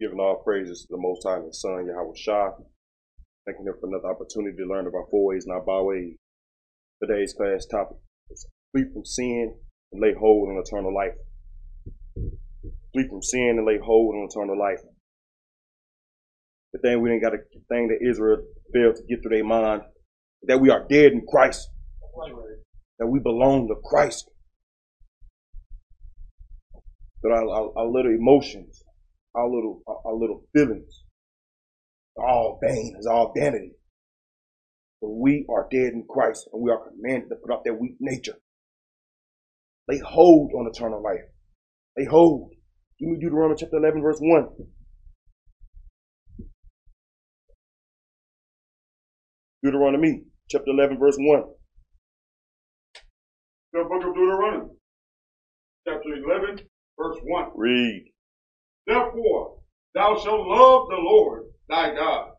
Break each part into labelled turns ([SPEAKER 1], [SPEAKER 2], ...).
[SPEAKER 1] giving all praises to the Most High and His Son, Yahweh Shah. Thanking Him for another opportunity to learn about four ways, not by ways. Today's class topic is flee from sin and lay hold on eternal life. Flee from sin and lay hold on eternal life. The thing we didn't got, the thing that Israel failed to get through their mind, that we are dead in Christ, that we belong to Christ. That our, our, our little emotions, our little our, our little feelings, are all vain, is all vanity. But we are dead in Christ, and we are commanded to put off that weak nature. They hold on eternal life. They hold. Give me Deuteronomy chapter 11, verse 1. Deuteronomy chapter 11, verse 1.
[SPEAKER 2] The book of Deuteronomy, chapter 11, verse 1.
[SPEAKER 1] Read.
[SPEAKER 2] Therefore, thou shalt love the Lord thy God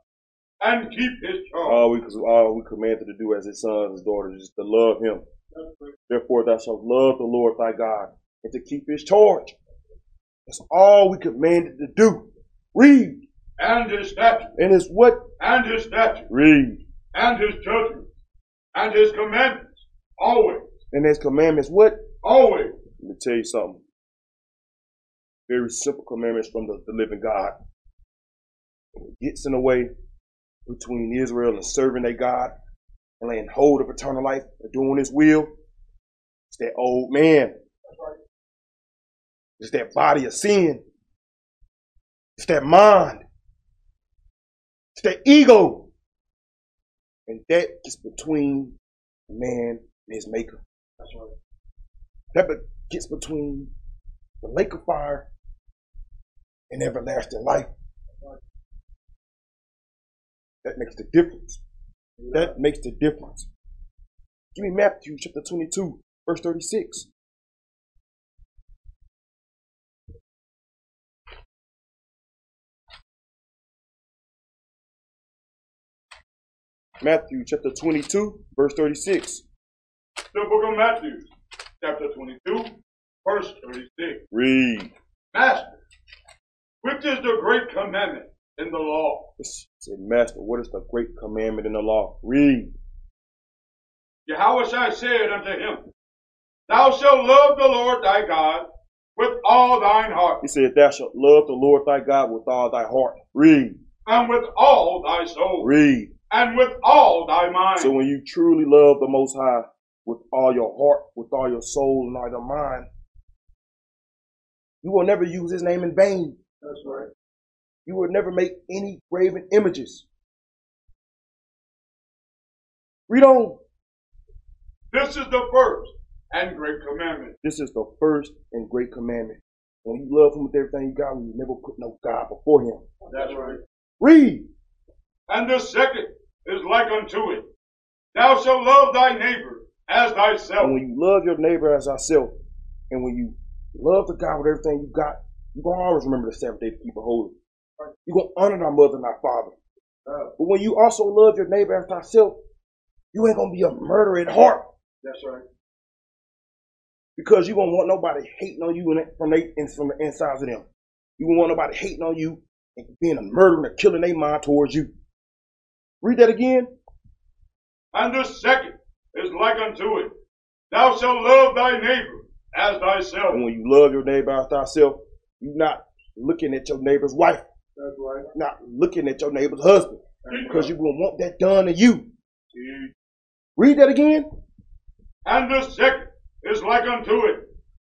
[SPEAKER 2] and keep his charge.
[SPEAKER 1] All we, all we commanded to do as his sons and daughters is to love him. Therefore, thou shalt love the Lord thy God and to keep his charge. That's all we commanded to do. Read.
[SPEAKER 2] and his statutes,
[SPEAKER 1] And it's what?
[SPEAKER 2] and his statutes,
[SPEAKER 1] Read.
[SPEAKER 2] and his judgments, and his commandments, always,
[SPEAKER 1] And his commandments, what?
[SPEAKER 2] always.
[SPEAKER 1] Let me tell you something. Very simple commandments from the, the living God. It gets in the way between Israel and serving their God and laying hold of eternal life and doing his will. It's that old man. It's that body of sin. It's that mind. It's that ego. And that gets between man and his maker.
[SPEAKER 2] That's right.
[SPEAKER 1] That be- gets between the lake of fire and everlasting life. That makes the difference. That makes the difference. Give me Matthew chapter 22, verse 36. Matthew chapter 22, verse 36.
[SPEAKER 2] The book of Matthew, chapter 22, verse 36.
[SPEAKER 1] Read.
[SPEAKER 2] Master, which is the great commandment in the law?
[SPEAKER 1] It's- it said, Master, what is the great commandment in the law? Read.
[SPEAKER 2] Yahweh Shai said unto him, Thou shalt love the Lord thy God with all thine heart,
[SPEAKER 1] He said, Thou shalt love the Lord thy God with all thy heart. Read.
[SPEAKER 2] and with all thy soul,
[SPEAKER 1] Read.
[SPEAKER 2] and with all thy mind.
[SPEAKER 1] So when you truly love the Most High with all your heart, with all your soul, and all your mind, you will never use his name in vain.
[SPEAKER 2] That's right.
[SPEAKER 1] You will never make any graven images. Read on.
[SPEAKER 2] This is the first and great commandment.
[SPEAKER 1] This is the first and great commandment. When you love him with everything you got, you never put no God before him.
[SPEAKER 2] That's right.
[SPEAKER 1] Read.
[SPEAKER 2] And the second is like unto it. Thou shalt love thy neighbor as thyself.
[SPEAKER 1] And when you love your neighbor as thyself, and when you love the God with everything you got, you're going to always remember the Sabbath day to keep it holy. You're going to honor thy mother and thy father.
[SPEAKER 2] Uh,
[SPEAKER 1] But when you also love your neighbor as thyself, you ain't going to be a murderer at heart
[SPEAKER 2] that's right.
[SPEAKER 1] because you don't want nobody hating on you in it- from they, and from the insides of them. You don't want nobody hating on you and being a murderer and killing their mind towards you. Read that again.
[SPEAKER 2] And the second is like unto it. Thou shalt love thy neighbor as thyself.
[SPEAKER 1] And when you love your neighbor as thyself, you're not looking at your neighbor's wife,
[SPEAKER 2] That's right.
[SPEAKER 1] not looking at your neighbor's husband. because you will want that done to you. Read that again.
[SPEAKER 2] And the second is like unto it.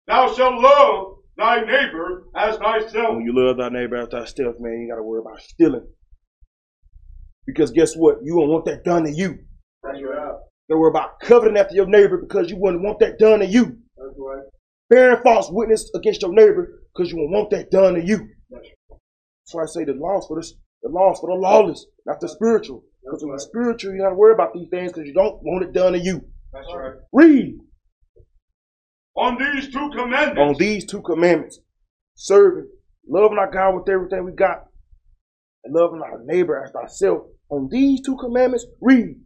[SPEAKER 2] Thou shalt love thy neighbor as thyself.
[SPEAKER 1] When you love thy neighbor as thyself, man, you ain't gotta worry about stealing. Because guess what? You don't want that done to you.
[SPEAKER 2] That's right.
[SPEAKER 1] Don't worry about coveting after your neighbor because you wouldn't want that done to you.
[SPEAKER 2] That's right.
[SPEAKER 1] Bearing false witness against your neighbor because you won't want that done to you.
[SPEAKER 2] That's
[SPEAKER 1] So I say the laws for this, the laws for the lawless, not the spiritual. Because when the spiritual, you gotta worry about these things because you don't want it done to you.
[SPEAKER 2] That's right.
[SPEAKER 1] Read
[SPEAKER 2] On these two commandments.
[SPEAKER 1] on these two commandments serving, loving our God with everything we got, and loving our neighbor as thyself. On these two commandments, read,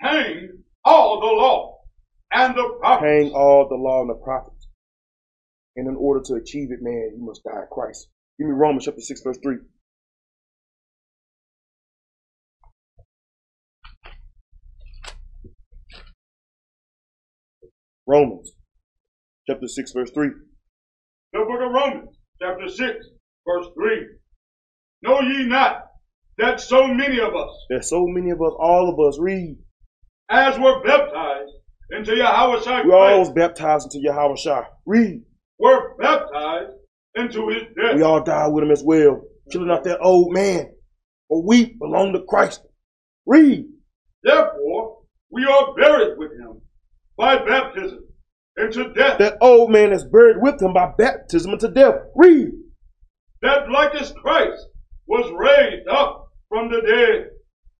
[SPEAKER 2] hang all the law and the prophets.
[SPEAKER 1] hang all the law and the prophets. And in order to achieve it, man, you must die in Christ. Give me Romans chapter 6, verse 3. Romans chapter 6, verse 3.
[SPEAKER 2] The book of Romans, chapter 6, verse 3. Know ye not that so many of us,
[SPEAKER 1] There's so many of us, all of us read.
[SPEAKER 2] as were baptized into Yahweh Shai
[SPEAKER 1] We all was
[SPEAKER 2] Christ,
[SPEAKER 1] baptized into Yahweh Shah. Read.
[SPEAKER 2] were baptized into his
[SPEAKER 1] We
[SPEAKER 2] death?
[SPEAKER 1] all die with him as well. Killing out that old man. For we belong to Christ. Read.
[SPEAKER 2] Therefore, we are buried with him by baptism into death,
[SPEAKER 1] That old man is buried with him by baptism into death. Read.
[SPEAKER 2] that like as Christ was raised up from the dead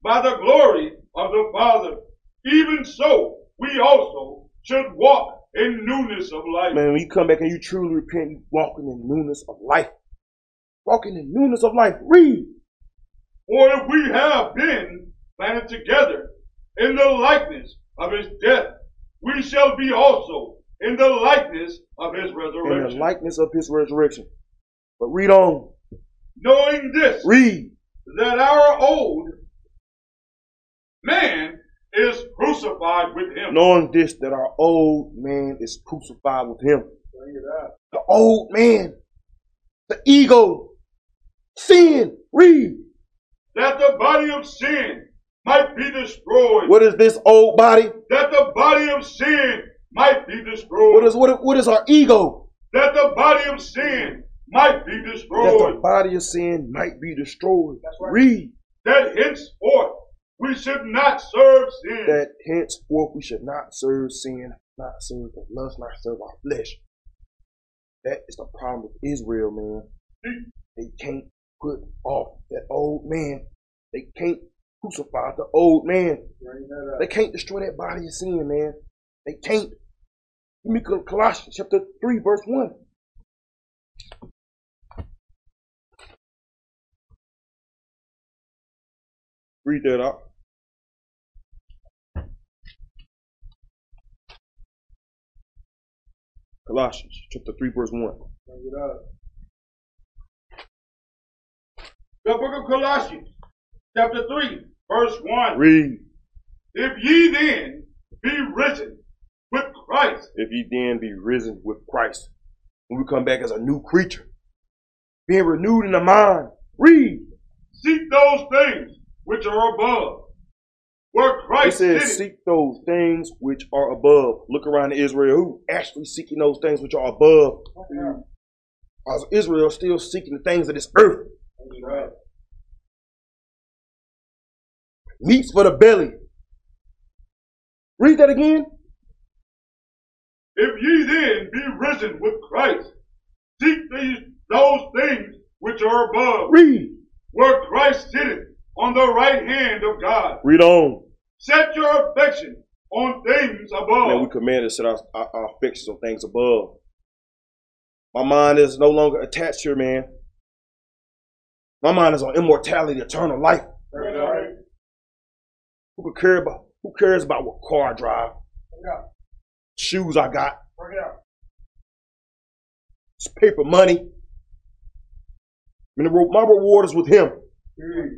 [SPEAKER 2] by the glory of the Father. Even so, we also should walk in newness of life.
[SPEAKER 1] Man, when you come back and you truly repent, you walking in newness of life. Walking in newness of life. Read.
[SPEAKER 2] For if we have been planted together in the likeness of his death, we shall be also in the likeness of his
[SPEAKER 1] In the
[SPEAKER 2] resurrection.
[SPEAKER 1] likeness of his resurrection. But read on.
[SPEAKER 2] Knowing this,
[SPEAKER 1] Read.
[SPEAKER 2] that our old man is crucified with him.
[SPEAKER 1] Knowing this, that our old man is crucified with him.
[SPEAKER 2] Bring it out.
[SPEAKER 1] the old man, the ego, sin. Read.
[SPEAKER 2] That the body of sin might be destroyed.
[SPEAKER 1] What is this old body?
[SPEAKER 2] That the body of sin might be destroyed.
[SPEAKER 1] What is what? What is our ego?
[SPEAKER 2] that the body of sin might be
[SPEAKER 1] That the
[SPEAKER 2] destroyed.
[SPEAKER 1] body of sin might be destroyed.
[SPEAKER 2] That's right.
[SPEAKER 1] Read
[SPEAKER 2] That henceforth we should not serve sin.
[SPEAKER 1] that henceforth we should not serve sin, not serve the lust, not serve our flesh. That is the problem with Israel, man.
[SPEAKER 2] See,
[SPEAKER 1] They can't put off that old man. They can't crucify the old man. They can't destroy that body of sin, man. They can't. Give me Col- Colossians chapter 3, verse 1. Read that out. Colossians chapter 3, verse 1.
[SPEAKER 2] The book of Colossians, chapter 3, verse 1.
[SPEAKER 1] Read.
[SPEAKER 2] If ye then be risen with Christ,
[SPEAKER 1] if ye then be risen with Christ. When we come back as a new creature, being renewed in the mind. Read.
[SPEAKER 2] seek those things which are above, where
[SPEAKER 1] It
[SPEAKER 2] Christ
[SPEAKER 1] says,
[SPEAKER 2] is.
[SPEAKER 1] seek those things which are above. Look around at Israel. Who actually seeking those things which are above? As Israel still seeking the things of this earth. Meats for the belly. Read that again.
[SPEAKER 2] If ye then be risen with Christ, seek these those things which are above,
[SPEAKER 1] Read.
[SPEAKER 2] where Christ sitteth on the right hand of God.
[SPEAKER 1] Read on.
[SPEAKER 2] Set your affection on things
[SPEAKER 1] Man, we
[SPEAKER 2] above,
[SPEAKER 1] commanded to set our, our, our affections on things above. My mind is no longer attached here, man. My mind is on immortality, eternal life. Who could care about who cares about what car I drive, shoes I got, it's paper money. I mean, the re- my reward is with him.
[SPEAKER 2] Mm.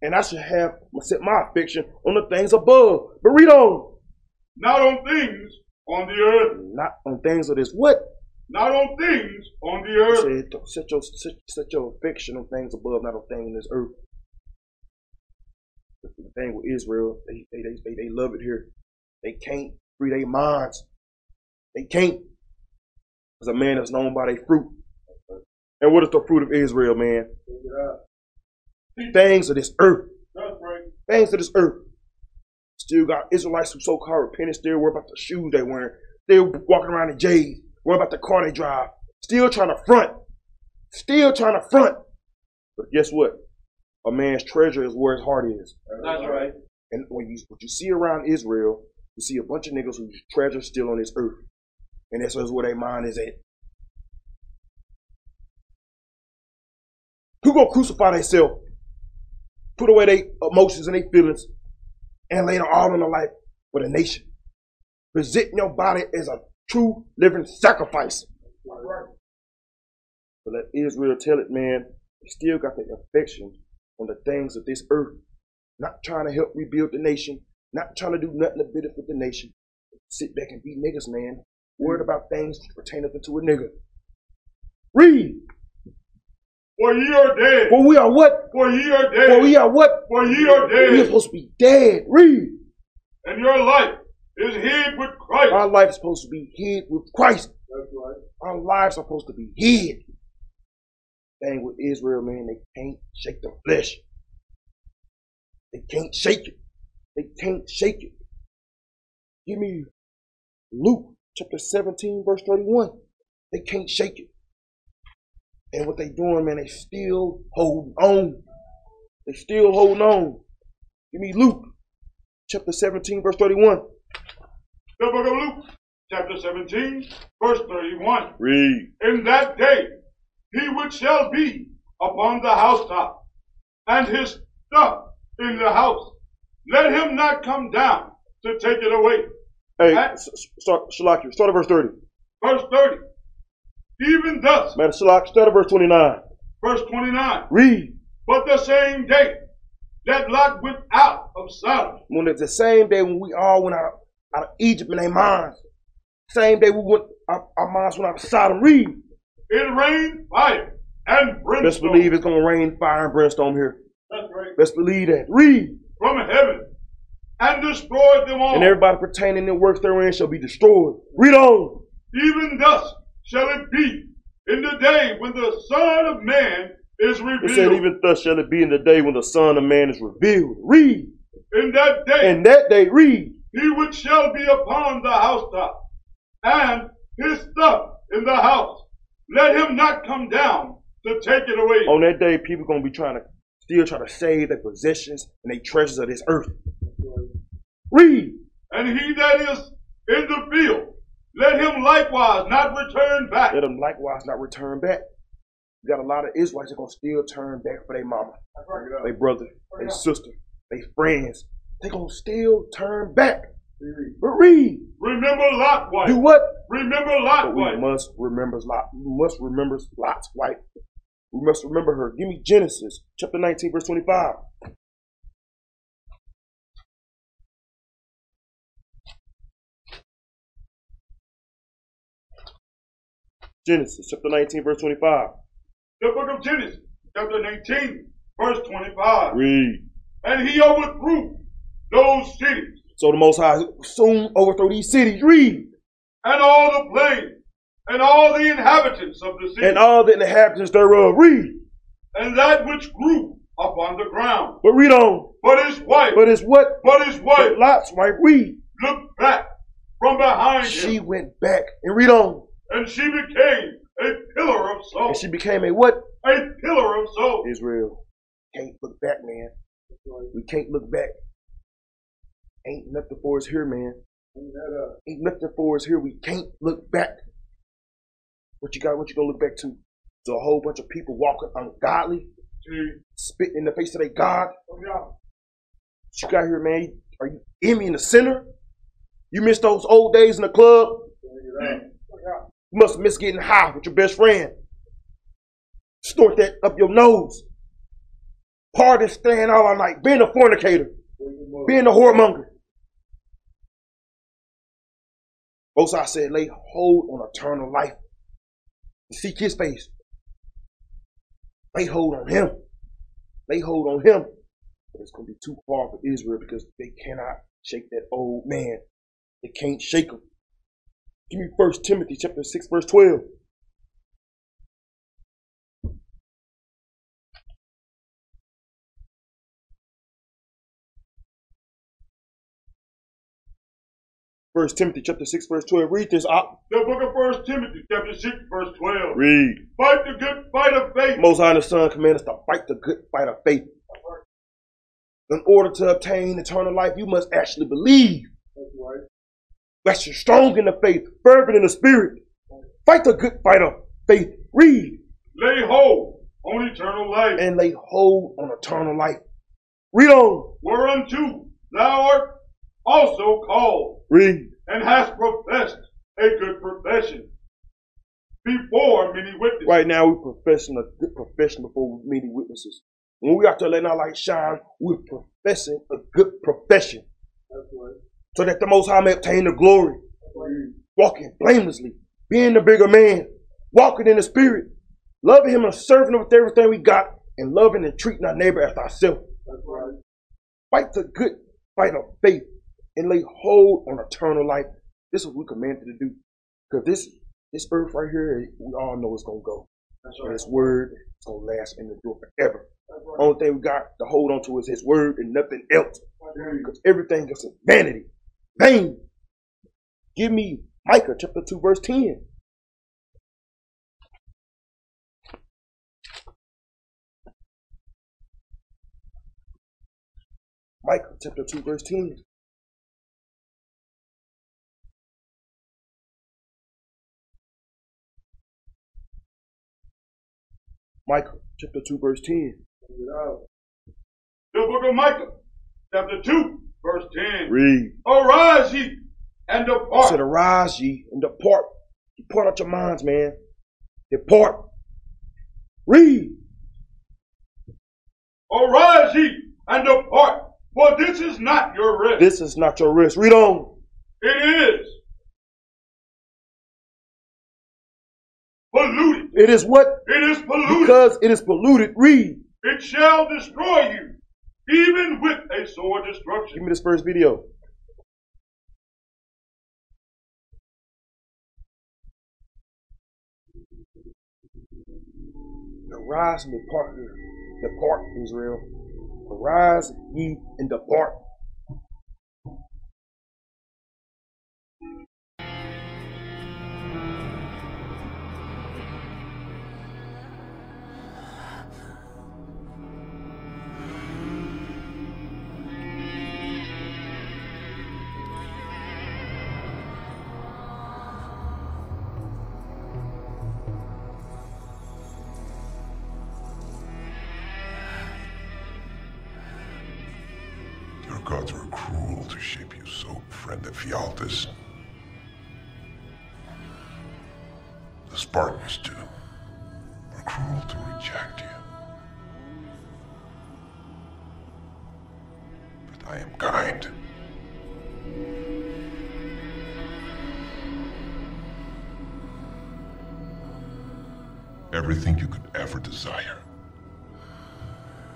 [SPEAKER 1] And I should have set my affection on the things above. But read on.
[SPEAKER 2] not on things on the earth,
[SPEAKER 1] Not on things of this. What?
[SPEAKER 2] not on things on the
[SPEAKER 1] He
[SPEAKER 2] earth.
[SPEAKER 1] said, "Don't set your set, set your affection on things above, not on things in this earth. That's The thing with Israel, they they, they, they they love it here. They can't free their minds. They can't. Because a man is known by their fruit. And what is the fruit of Israel, man? Things of this earth.
[SPEAKER 2] That's right.
[SPEAKER 1] Things of this earth. Still got Israelites who so-called repentant, still worry about the shoes they wearing. Still walking around in J's, worry about the car they drive. Still trying to front. Still trying to front. But guess what? A man's treasure is where his heart is.
[SPEAKER 2] That's right.
[SPEAKER 1] And when you what you see around Israel, you see a bunch of niggas whose treasure still on this earth. And that's where their mind is at. Who gonna crucify themselves? Put away their emotions and their feelings, and later all in the life for the nation. Present your body as a true living sacrifice. But let Israel tell it, man, they still got their affection on the things of this earth not trying to help rebuild the nation, not trying to do nothing to benefit the nation. sit back and beat niggas, man. Worried about things that pertain up into a nigga. Read.
[SPEAKER 2] For ye are dead.
[SPEAKER 1] For we are what?
[SPEAKER 2] For ye are dead.
[SPEAKER 1] For we are what?
[SPEAKER 2] For ye are
[SPEAKER 1] We are
[SPEAKER 2] dead.
[SPEAKER 1] supposed to be dead. Read.
[SPEAKER 2] And your life is hid with Christ.
[SPEAKER 1] Our life is supposed to be hid with Christ.
[SPEAKER 2] That's right.
[SPEAKER 1] Our lives are supposed to be hid. Thing with Israel, man, they can't shake the flesh. They can't shake it. They can't shake it. Give me Luke chapter 17, verse 31. They can't shake it. And what they doing, man, they still holding on. They still holding on. Give me Luke chapter 17, verse 31.
[SPEAKER 2] The book of Luke, chapter 17, verse 31.
[SPEAKER 1] Read.
[SPEAKER 2] In that day, he which shall be upon the housetop, and his stuff in the house, let him not come down to take it away.
[SPEAKER 1] Hey,
[SPEAKER 2] Huh?
[SPEAKER 1] S- S- start, Shalaki, start at verse 30.
[SPEAKER 2] Verse 30. Even thus,
[SPEAKER 1] Man, Shalak, start at verse 29.
[SPEAKER 2] verse 29.
[SPEAKER 1] Read.
[SPEAKER 2] But the same day that Lot went out of Sodom,
[SPEAKER 1] When it's the same day when we all went out, out of Egypt in their minds. Same day we went, our, our minds went out of Sodom. Read.
[SPEAKER 2] it rained fire and brimstone.
[SPEAKER 1] Best believe it's going to rain fire and brimstone here.
[SPEAKER 2] That's right.
[SPEAKER 1] Best believe that. Read.
[SPEAKER 2] From heaven and destroyed them all.
[SPEAKER 1] And everybody pertaining to works therein shall be destroyed. Read on.
[SPEAKER 2] Even thus shall it be in the day when the Son of Man is
[SPEAKER 1] It said,
[SPEAKER 2] revealed.
[SPEAKER 1] even thus shall it be in the day when the Son of Man is revealed. Read.
[SPEAKER 2] in that day,
[SPEAKER 1] And that day, read.
[SPEAKER 2] he which shall be upon the housetop, and his stuff in the house, let him not come down to take it away.
[SPEAKER 1] On that day, people gonna be trying to still try to save their possessions and their treasures of this earth. Read.
[SPEAKER 2] And he that is in the field, let him likewise not return back.
[SPEAKER 1] Let them likewise not return back. You got a lot of Israelites that gonna still turn back for their mama, their brother, their sister, their friends. They gonna still turn back. But read.
[SPEAKER 2] Remember Lot wife.
[SPEAKER 1] Do what?
[SPEAKER 2] Remember
[SPEAKER 1] But
[SPEAKER 2] Lot
[SPEAKER 1] we
[SPEAKER 2] wife.
[SPEAKER 1] must remember Lot. We must remember Lot's wife. We must remember her. Give me Genesis chapter 19, verse 25. Genesis chapter 19, verse 25.
[SPEAKER 2] The book of Genesis, chapter 19, verse 25.
[SPEAKER 1] Read.
[SPEAKER 2] And he overthrew those cities
[SPEAKER 1] So the Most High soon overthrow these cities. Read.
[SPEAKER 2] and all the plains and all the inhabitants of the city
[SPEAKER 1] And all the inhabitants thereof. Read.
[SPEAKER 2] and that which grew upon the ground.
[SPEAKER 1] But read on.
[SPEAKER 2] But his wife,
[SPEAKER 1] But it's what?
[SPEAKER 2] but his wife
[SPEAKER 1] But Lot's wife. Read.
[SPEAKER 2] looked back from behind
[SPEAKER 1] She
[SPEAKER 2] him,
[SPEAKER 1] went back. And read on.
[SPEAKER 2] and she became a pillar of
[SPEAKER 1] And
[SPEAKER 2] salt.
[SPEAKER 1] she became a what?
[SPEAKER 2] A pillar of salt.
[SPEAKER 1] Israel. Can't look back, man. We can't look back. Ain't nothing for us here, man. Ain't nothing for us here. We can't look back. What you got? What you gonna look back to? It's a whole bunch of people walking ungodly, spitting in the face of their God. What you got here, man? Are you envying the sinner? You miss those old days in the club. You must miss getting high with your best friend. Snort that up your nose. Party staying out all night. Being a fornicator. Being a whoremonger. Moses said, lay hold on eternal life. Seek his face. Lay hold on him. Lay hold on him. But it's going to be too far for Israel because they cannot shake that old man. They can't shake him. Give me First Timothy chapter six, verse twelve. First Timothy chapter six, verse twelve. Read this out.
[SPEAKER 2] The book of First Timothy, chapter 6, verse 12.
[SPEAKER 1] Read.
[SPEAKER 2] Fight the good fight of faith.
[SPEAKER 1] Most High the Son command us to fight the good fight of faith. In order to obtain eternal life, you must actually believe. That you're strong in the faith, fervent in the spirit. Fight the good fight of faith. Read.
[SPEAKER 2] Lay hold on eternal life,
[SPEAKER 1] and lay hold on eternal life. Read on.
[SPEAKER 2] whereunto thou art also called,
[SPEAKER 1] Read.
[SPEAKER 2] and hast professed a good profession before many witnesses.
[SPEAKER 1] Right now, we're professing a good profession before many witnesses. When we out there letting our light shine, we're professing a good profession. so that the Most High may obtain the glory. Walking blamelessly, being the bigger man, walking in the Spirit, loving Him and serving Him with everything we got, and loving and treating our neighbor as ourselves.
[SPEAKER 2] That's right.
[SPEAKER 1] Fight the good fight of faith and lay hold on eternal life. This is what we commanded to do. Because this this earth right here, we all know it's gonna go.
[SPEAKER 2] That's
[SPEAKER 1] And
[SPEAKER 2] right.
[SPEAKER 1] his word is gonna last and endure forever.
[SPEAKER 2] That's right.
[SPEAKER 1] Only thing we got to hold on to is his word and nothing else.
[SPEAKER 2] Amen.
[SPEAKER 1] Because everything is vanity, vain. Give me Micah chapter 2, verse 10. Micah chapter 2, verse 10. Micah chapter 2, verse 10.
[SPEAKER 2] The book of Micah, chapter 2, verse 10.
[SPEAKER 1] Read.
[SPEAKER 2] Arise ye and
[SPEAKER 1] I said,
[SPEAKER 2] depart.
[SPEAKER 1] arise ye and depart. Depart out your minds, man. Depart. Read.
[SPEAKER 2] Arise ye and depart. For this is not your rest.
[SPEAKER 1] This is not your rest. Read on.
[SPEAKER 2] It is polluted.
[SPEAKER 1] It is what?
[SPEAKER 2] It is polluted.
[SPEAKER 1] Because it is polluted. Read.
[SPEAKER 2] It shall destroy you, even with a sore destruction.
[SPEAKER 1] Give me this first video. Arise and depart, depart, Israel. Arise ye and depart.
[SPEAKER 3] Your gods were cruel to shape you so, friend of Fialtis. The Spartans, too, were cruel to reject you. But I am kind. Everything you could ever desire.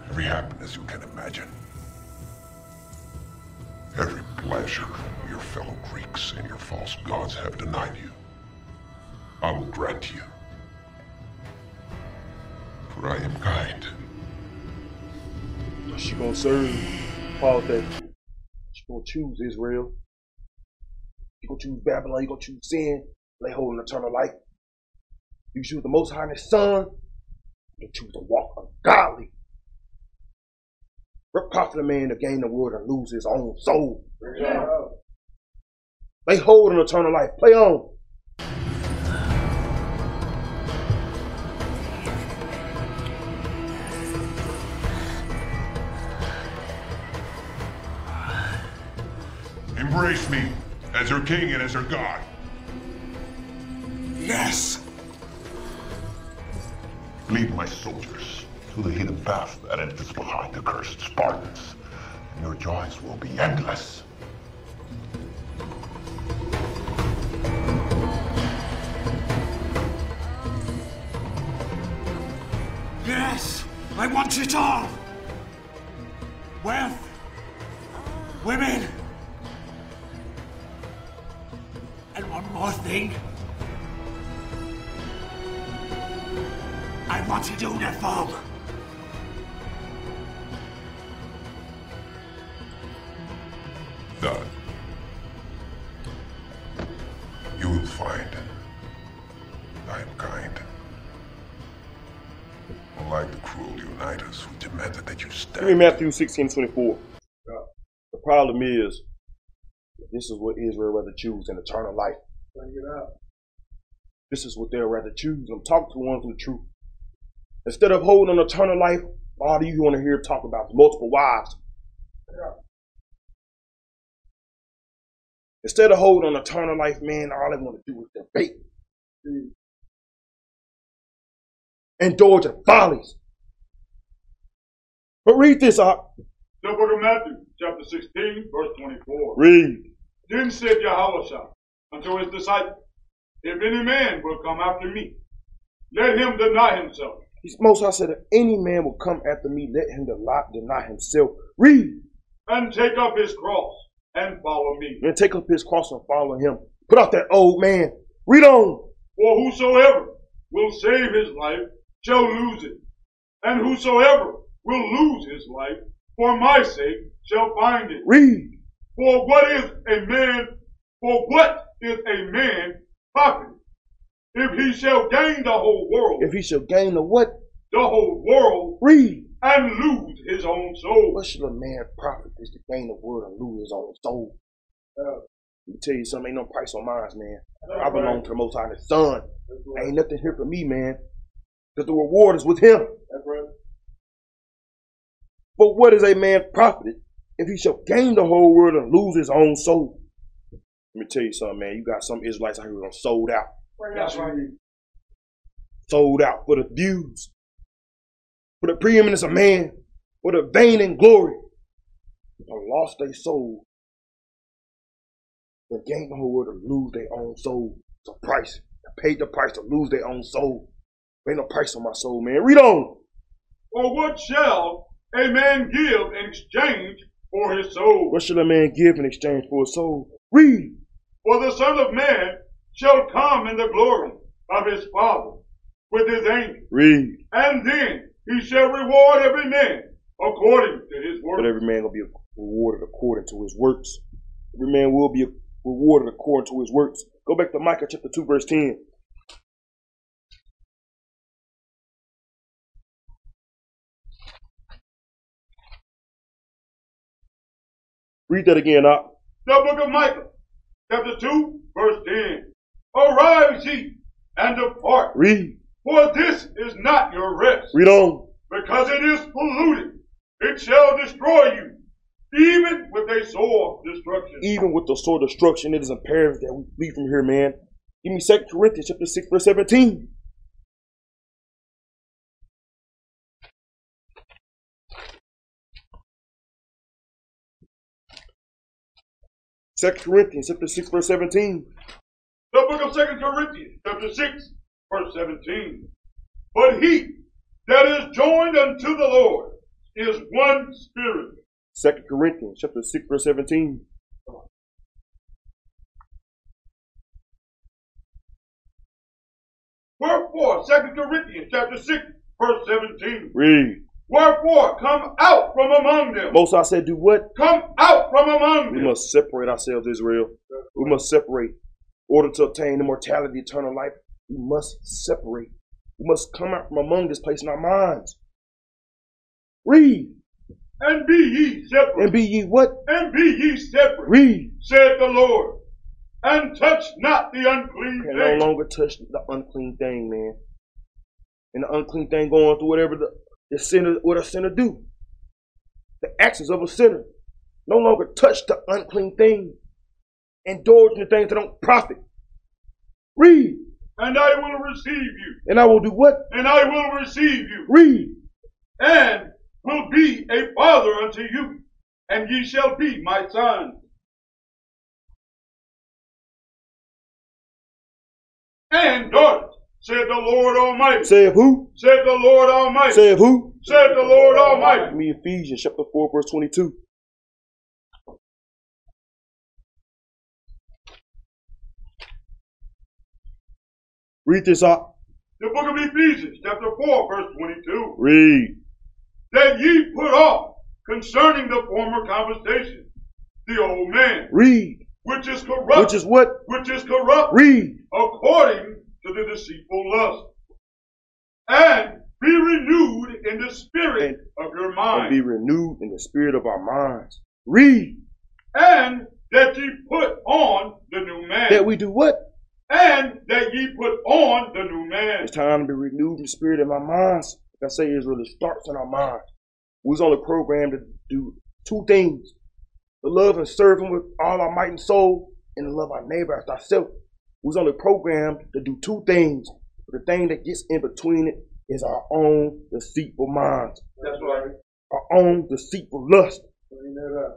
[SPEAKER 3] Every happiness you can imagine every pleasure your fellow Greeks and your false gods have denied you, I will grant you. For I am kind.
[SPEAKER 1] She gonna serve Paul that she gonna choose Israel. You gonna choose Babylon, you gonna choose sin, lay hold on eternal life. You choose the most high and His son, you choose to walk ungodly. What profit a man to gain the world and lose his own soul? Lay hold on eternal life. Play on.
[SPEAKER 3] Embrace me as your king and as your god. Yes! Lead my soldiers through the hidden path that enters behind the cursed Spartans, and your joys will be endless.
[SPEAKER 4] Yes, I want it all. Wealth, women, and one more thing. I want a uniform.
[SPEAKER 3] Done. You will find I am kind. Unlike the cruel Unitas who demanded that you
[SPEAKER 1] Give me
[SPEAKER 3] stand.
[SPEAKER 1] Matthew 16 24. The problem is, this is what Israel rather choose in eternal life. This is what they'll rather choose. I'm talking to one through the truth. Instead of holding on eternal life, all of you want to hear talk about is multiple wives. Instead of holding on eternal life, man, all they want to do is debate. Indulge in follies. But read this uh, out.
[SPEAKER 2] The book of Matthew, chapter 16, verse 24.
[SPEAKER 1] Read.
[SPEAKER 2] Then said Yahawashah unto his disciples, If any man will come after me, let him deny himself
[SPEAKER 1] He's most I said, if any man will come after me, let him deli- deny himself. Read
[SPEAKER 2] and take up his cross and follow me.
[SPEAKER 1] and take up his cross and follow him. Put out that old man. Read on.
[SPEAKER 2] For whosoever will save his life shall lose it, and whosoever will lose his life for my sake shall find it.
[SPEAKER 1] Read.
[SPEAKER 2] For what is a man? For what is a man profited if he shall gain the whole world,
[SPEAKER 1] If he shall gain the what?
[SPEAKER 2] the whole world,
[SPEAKER 1] Read.
[SPEAKER 2] and lose his own soul?
[SPEAKER 1] What shall a man profit is to gain the world and lose his own soul? Uh,
[SPEAKER 2] Yeah.
[SPEAKER 1] Let me tell you something, ain't no price on mine, man. I belong to the Most High, the Son. Ain't nothing here for me, man. Because the reward is with him.
[SPEAKER 2] That's right.
[SPEAKER 1] But what is a man profited if he shall gain the whole world and lose his own soul? Let me tell you something, man. You got some Israelites out here who are sold out.
[SPEAKER 2] That's right.
[SPEAKER 1] Sold out for the views, for the preeminence of man, for the vain and glory. And lost their soul. They gained the whole world to lose their own soul. It's a price. They paid the price to lose their own soul. Ain't no price on my soul, man. Read on.
[SPEAKER 2] For what shall a man give in exchange for his soul?
[SPEAKER 1] What should a man give in exchange for a soul? Read.
[SPEAKER 2] For the Son of Man shall come in the glory of his Father with his angels,
[SPEAKER 1] Read.
[SPEAKER 2] and then he shall reward every man according to his
[SPEAKER 1] But
[SPEAKER 2] work.
[SPEAKER 1] every man will be rewarded according to his works. Every man will be rewarded according to his works. Go back to Micah chapter 2, verse 10. Read that again, Op.
[SPEAKER 2] The book of Micah, chapter 2, verse 10. Arise ye and depart,
[SPEAKER 1] Read.
[SPEAKER 2] for this is not your rest,
[SPEAKER 1] Read on.
[SPEAKER 2] because it is polluted. It shall destroy you, even with a sore destruction.
[SPEAKER 1] Even with the sword of destruction, it is imperative that we leave from here, man. Give me 2 Corinthians chapter 6, verse 17. Second Corinthians chapter six verse seventeen.
[SPEAKER 2] The book of Second Corinthians, chapter 6, verse 17. But he that is joined unto the Lord is one spirit.
[SPEAKER 1] Second Corinthians chapter six verse seventeen.
[SPEAKER 2] Wherefore, Second Corinthians, chapter 6, verse 17.
[SPEAKER 1] Read.
[SPEAKER 2] Wherefore, come out from among them.
[SPEAKER 1] Most I said, do what?
[SPEAKER 2] Come out from among
[SPEAKER 1] We
[SPEAKER 2] them.
[SPEAKER 1] must separate ourselves, Israel. We must separate. In order to obtain immortality, eternal life, we must separate. We must come out from among this place in our minds. Read.
[SPEAKER 2] And be ye separate.
[SPEAKER 1] And be ye what?
[SPEAKER 2] And be ye separate,
[SPEAKER 1] Read.
[SPEAKER 2] said the Lord. And touch not the unclean
[SPEAKER 1] Can no
[SPEAKER 2] thing.
[SPEAKER 1] longer touch the unclean thing, man. And the unclean thing going through whatever the, the sinner, what a sinner do. The actions of a sinner. No longer touch the unclean thing. Indulge in the things that don't profit. Read.
[SPEAKER 2] And I will receive you.
[SPEAKER 1] And I will do what?
[SPEAKER 2] And I will receive you.
[SPEAKER 1] Read.
[SPEAKER 2] and will be a father unto you, and ye shall be my sons. And daughters, said the Lord Almighty,
[SPEAKER 1] Say of who?
[SPEAKER 2] said the Lord Almighty,
[SPEAKER 1] Say of who?
[SPEAKER 2] said the Lord
[SPEAKER 1] Give
[SPEAKER 2] Almighty.
[SPEAKER 1] me Ephesians chapter 4, verse 22. Read this out.
[SPEAKER 2] The book of Ephesians, chapter 4, verse 22.
[SPEAKER 1] Read.
[SPEAKER 2] That ye put off concerning the former conversation the old man,
[SPEAKER 1] Read.
[SPEAKER 2] which is
[SPEAKER 1] Which
[SPEAKER 2] corrupt,
[SPEAKER 1] is what?
[SPEAKER 2] which is corrupt
[SPEAKER 1] Read.
[SPEAKER 2] according to the deceitful lust, and be renewed in the spirit of your
[SPEAKER 1] And be
[SPEAKER 2] mind,
[SPEAKER 1] renewed in the spirit of our minds. Read.
[SPEAKER 2] and that ye put on the new
[SPEAKER 1] That
[SPEAKER 2] man,
[SPEAKER 1] we do what?
[SPEAKER 2] and that ye put on the new man.
[SPEAKER 1] It's time to be renewed in the spirit of our minds. Like I say, Israel, it starts in our minds. We was only programmed to do two things. To love and serve him with all our might and soul, and to love our neighbor as ourselves. We was only programmed to do two things. But the thing that gets in between it is our own deceitful minds,
[SPEAKER 2] That's right.
[SPEAKER 1] our own deceitful lust.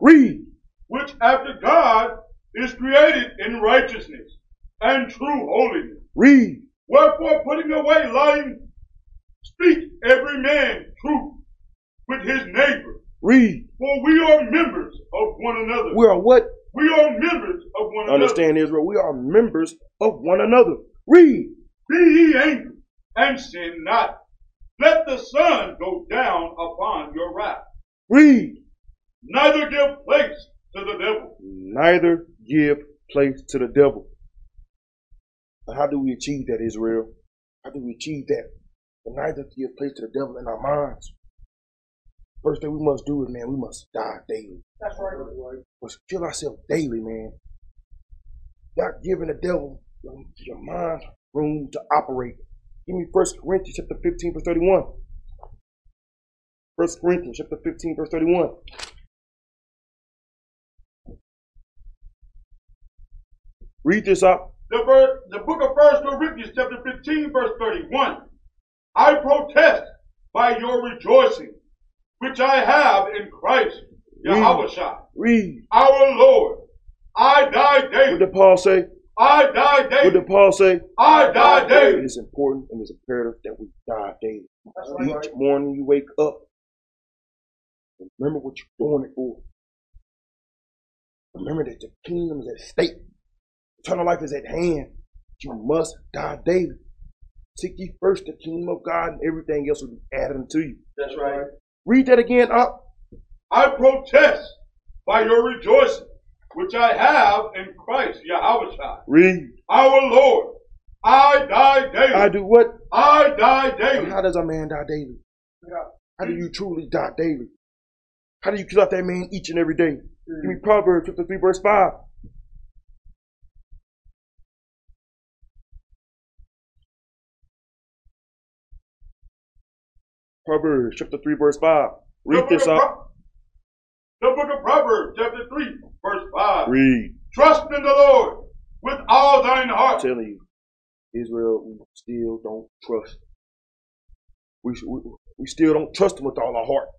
[SPEAKER 1] Read.
[SPEAKER 2] Which after God is created in righteousness and true holiness.
[SPEAKER 1] Read.
[SPEAKER 2] Wherefore, putting away lying, speak every man truth with his neighbor,
[SPEAKER 1] Read.
[SPEAKER 2] for we are members of one another.
[SPEAKER 1] We are what?
[SPEAKER 2] We are members of one another.
[SPEAKER 1] Understand, Israel. We are members of one another. Read.
[SPEAKER 2] Be ye angry and sin not. Let the sun go down upon your wrath,
[SPEAKER 1] Read.
[SPEAKER 2] neither give place to the devil.
[SPEAKER 1] Neither give place to the devil. But how do we achieve that, Israel? How do we achieve that? And neither give place to the devil in our minds. First thing we must do is, man, we must die daily.
[SPEAKER 2] That's right.
[SPEAKER 1] must kill ourselves daily, man. Not giving the devil your, your mind room to operate. Give me First Corinthians chapter 15, verse 31. First Corinthians chapter 15, verse 31. Read this out.
[SPEAKER 2] The, ver- the book of First Corinthians, chapter 15, verse 31. I protest by your rejoicing, which I have in Christ, Yahushua,
[SPEAKER 1] Read.
[SPEAKER 2] our Lord. I die
[SPEAKER 1] What
[SPEAKER 2] daily.
[SPEAKER 1] did Paul say?
[SPEAKER 2] I die
[SPEAKER 1] What
[SPEAKER 2] daily.
[SPEAKER 1] did Paul say?
[SPEAKER 2] I die
[SPEAKER 1] It
[SPEAKER 2] daily.
[SPEAKER 1] is important and it's imperative that we die daily. Each morning you wake up, remember what you're doing it for. Remember that the kingdom is at stake. Eternal life is at hand. You must die daily. Seek ye first the kingdom of God and everything else will be added unto you.
[SPEAKER 2] That's right.
[SPEAKER 1] Read that again up.
[SPEAKER 2] I protest by your rejoicing, which I have in Christ, Yahushua,
[SPEAKER 1] Read.
[SPEAKER 2] our Lord. I die
[SPEAKER 1] I
[SPEAKER 2] daily.
[SPEAKER 1] do what?
[SPEAKER 2] I die
[SPEAKER 1] And
[SPEAKER 2] daily.
[SPEAKER 1] how does a man die daily? How do you truly die daily? How do you kill out that man each and every day? Give me Proverbs chapter 3, verse 5. Proverbs chapter 3, verse 5.
[SPEAKER 2] The
[SPEAKER 1] Read
[SPEAKER 2] book
[SPEAKER 1] this
[SPEAKER 2] of
[SPEAKER 1] out.
[SPEAKER 2] Pro- The book of Proverbs, chapter 3, verse 5.
[SPEAKER 1] Read.
[SPEAKER 2] Trust in the Lord with all thine
[SPEAKER 1] I'm
[SPEAKER 2] heart.
[SPEAKER 1] telling you, Israel, we still don't trust. We, we, we still don't trust them with all our heart.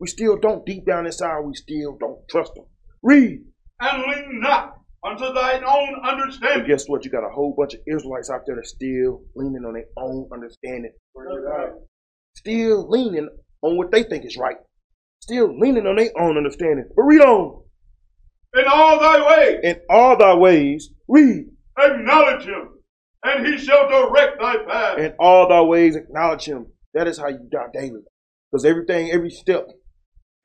[SPEAKER 1] We still don't, deep down inside, we still don't trust them. Read.
[SPEAKER 2] And lean not unto thine own
[SPEAKER 1] But
[SPEAKER 2] understanding.
[SPEAKER 1] guess what? You got a whole bunch of Israelites out there that's still leaning on their own understanding, still leaning on what they think is right, still leaning on their own understanding. But read on.
[SPEAKER 2] In all thy ways
[SPEAKER 1] In all thy ways, read.
[SPEAKER 2] acknowledge him, and he shall direct thy path.
[SPEAKER 1] In all thy ways, acknowledge him. That is how you die daily. Because everything, every step,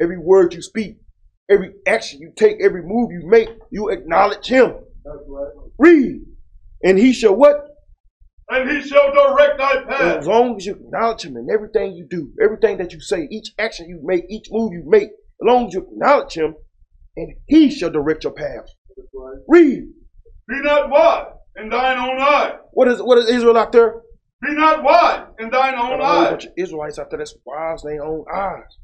[SPEAKER 1] every word you speak, every action you take, every move you make, you acknowledge him. Read. And he shall what?
[SPEAKER 2] And he shall direct thy
[SPEAKER 1] And as
[SPEAKER 2] path.
[SPEAKER 1] long as you acknowledge him in everything you do, everything that you say, each action you make, each move you make, as long as you acknowledge him, and he shall direct your path. Read.
[SPEAKER 2] Be not wise in thine own eye.
[SPEAKER 1] What is what is Israel out there?
[SPEAKER 2] Be not wise in thine
[SPEAKER 1] Got
[SPEAKER 2] own
[SPEAKER 1] a whole
[SPEAKER 2] eye.
[SPEAKER 1] bunch of Israelites out there that's wise in their own eyes.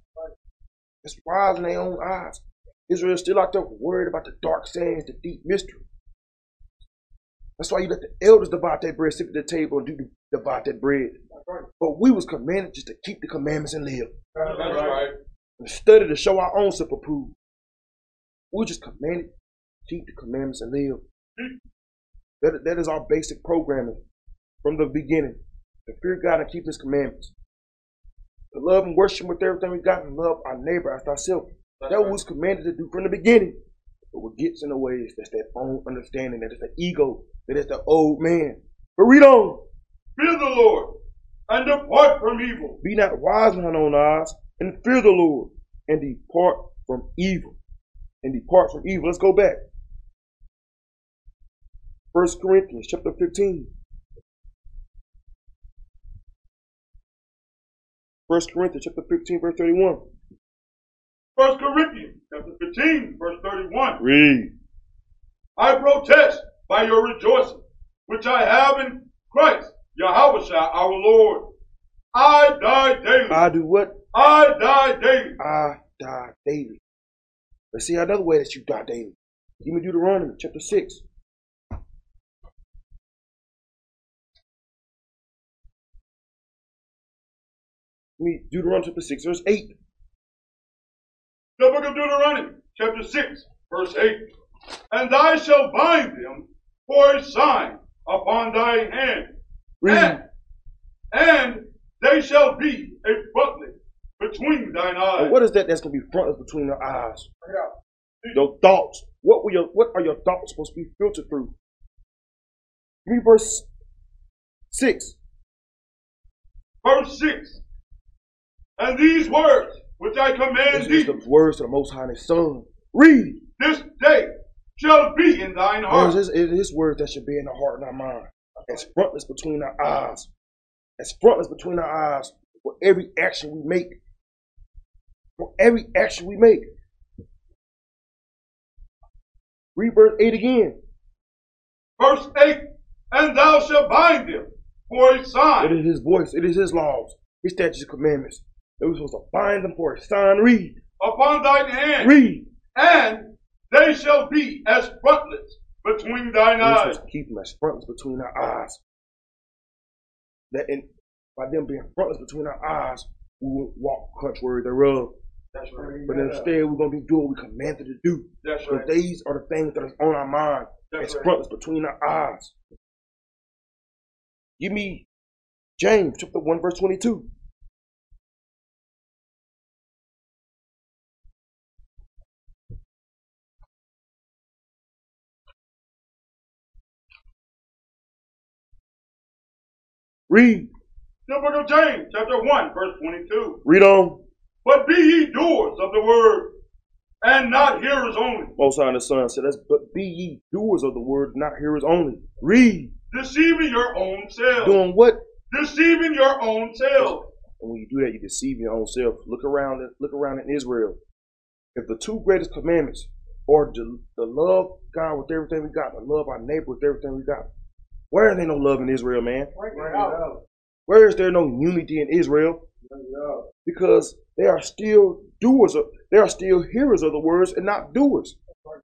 [SPEAKER 1] That's wise in their own eyes. Israel's still out there worried about the dark sands, the deep mystery. That's why you let the elders divide that bread, sit at the table, and do divide that bread. But we was commanded just to keep the commandments and live.
[SPEAKER 2] That's right.
[SPEAKER 1] and study to show our own self approved. We're just commanded to keep the commandments and live. That, that is our basic programming from the beginning. To fear God and keep His commandments. To love and worship Him with everything we got and love our neighbor as ourselves. That was commanded to do from the beginning. But what gets in the way is that's that own understanding, that is the ego, that is the old man. But read on.
[SPEAKER 2] Fear the Lord and depart from evil.
[SPEAKER 1] Be not wise in thine own eyes, and fear the Lord, and depart from evil. And depart from evil. Let's go back. First Corinthians chapter 15. First Corinthians chapter 15, verse 31.
[SPEAKER 2] First Corinthians chapter 15, verse 31.
[SPEAKER 1] Read.
[SPEAKER 2] I protest by your rejoicing, which I have in Christ, Yahweh our Lord. I die daily. I,
[SPEAKER 1] I do what?
[SPEAKER 2] die daily.
[SPEAKER 1] I die daily. Let's see another way that you die daily. Give me Deuteronomy chapter 6. Give me Deuteronomy chapter 6, verse 8.
[SPEAKER 2] The book of Deuteronomy, chapter 6, verse 8. and thou shalt bind them for a sign upon thy hand. And, and they shall be a frontlet between thine eyes.
[SPEAKER 1] And what is that that's gonna be fronted between our eyes? Your thoughts. What were your what are your thoughts supposed to be filtered through? Give me verse six.
[SPEAKER 2] Verse 6. And these words which I command
[SPEAKER 1] This is
[SPEAKER 2] thee
[SPEAKER 1] the words of the Most High and His Son. Read.
[SPEAKER 2] this day shall be in thine
[SPEAKER 1] Lord,
[SPEAKER 2] heart.
[SPEAKER 1] it is it is His word that should be in our heart and our mind. As frontless between our eyes. As frontless between our eyes for every action we make. For every action we make. Read verse 8 again.
[SPEAKER 2] Verse 8. And thou shalt bind them for a
[SPEAKER 1] It
[SPEAKER 2] sign
[SPEAKER 1] is His voice. It is His laws. His statutes and commandments. That we're supposed to bind them for a sign. Read.
[SPEAKER 2] upon thine hand,
[SPEAKER 1] Read.
[SPEAKER 2] and they shall be as frontlets between thine
[SPEAKER 1] We're
[SPEAKER 2] eyes.
[SPEAKER 1] supposed to keep them as frontless between our eyes. That in, by them being frontless between our eyes, we won't walk contrary thereof.
[SPEAKER 2] That's right.
[SPEAKER 1] But instead, we're going to be doing what we commanded to do.
[SPEAKER 2] That's
[SPEAKER 1] But
[SPEAKER 2] right.
[SPEAKER 1] these are the things that is on our mind.
[SPEAKER 2] That's
[SPEAKER 1] It's
[SPEAKER 2] right.
[SPEAKER 1] frontless between our eyes. Give me James chapter 1, verse 22. Read,
[SPEAKER 2] The book of James, chapter 1, verse 22.
[SPEAKER 1] read on.
[SPEAKER 2] But be ye doers of the word, and not hearers only,
[SPEAKER 1] Most High and the Son said, that's, but be ye doers of the word, not hearers only. Read.
[SPEAKER 2] deceiving your own selves.
[SPEAKER 1] Doing what?
[SPEAKER 2] Deceiving your own selves.
[SPEAKER 1] And when you do that, you deceive your own self. Look around, look around in Israel. If the two greatest commandments are to, to love God with everything we got, to love our neighbor with everything we got, where is there no love in Israel, man? Where is there no unity in Israel? Because they are still doers of, they are still hearers of the words and not doers.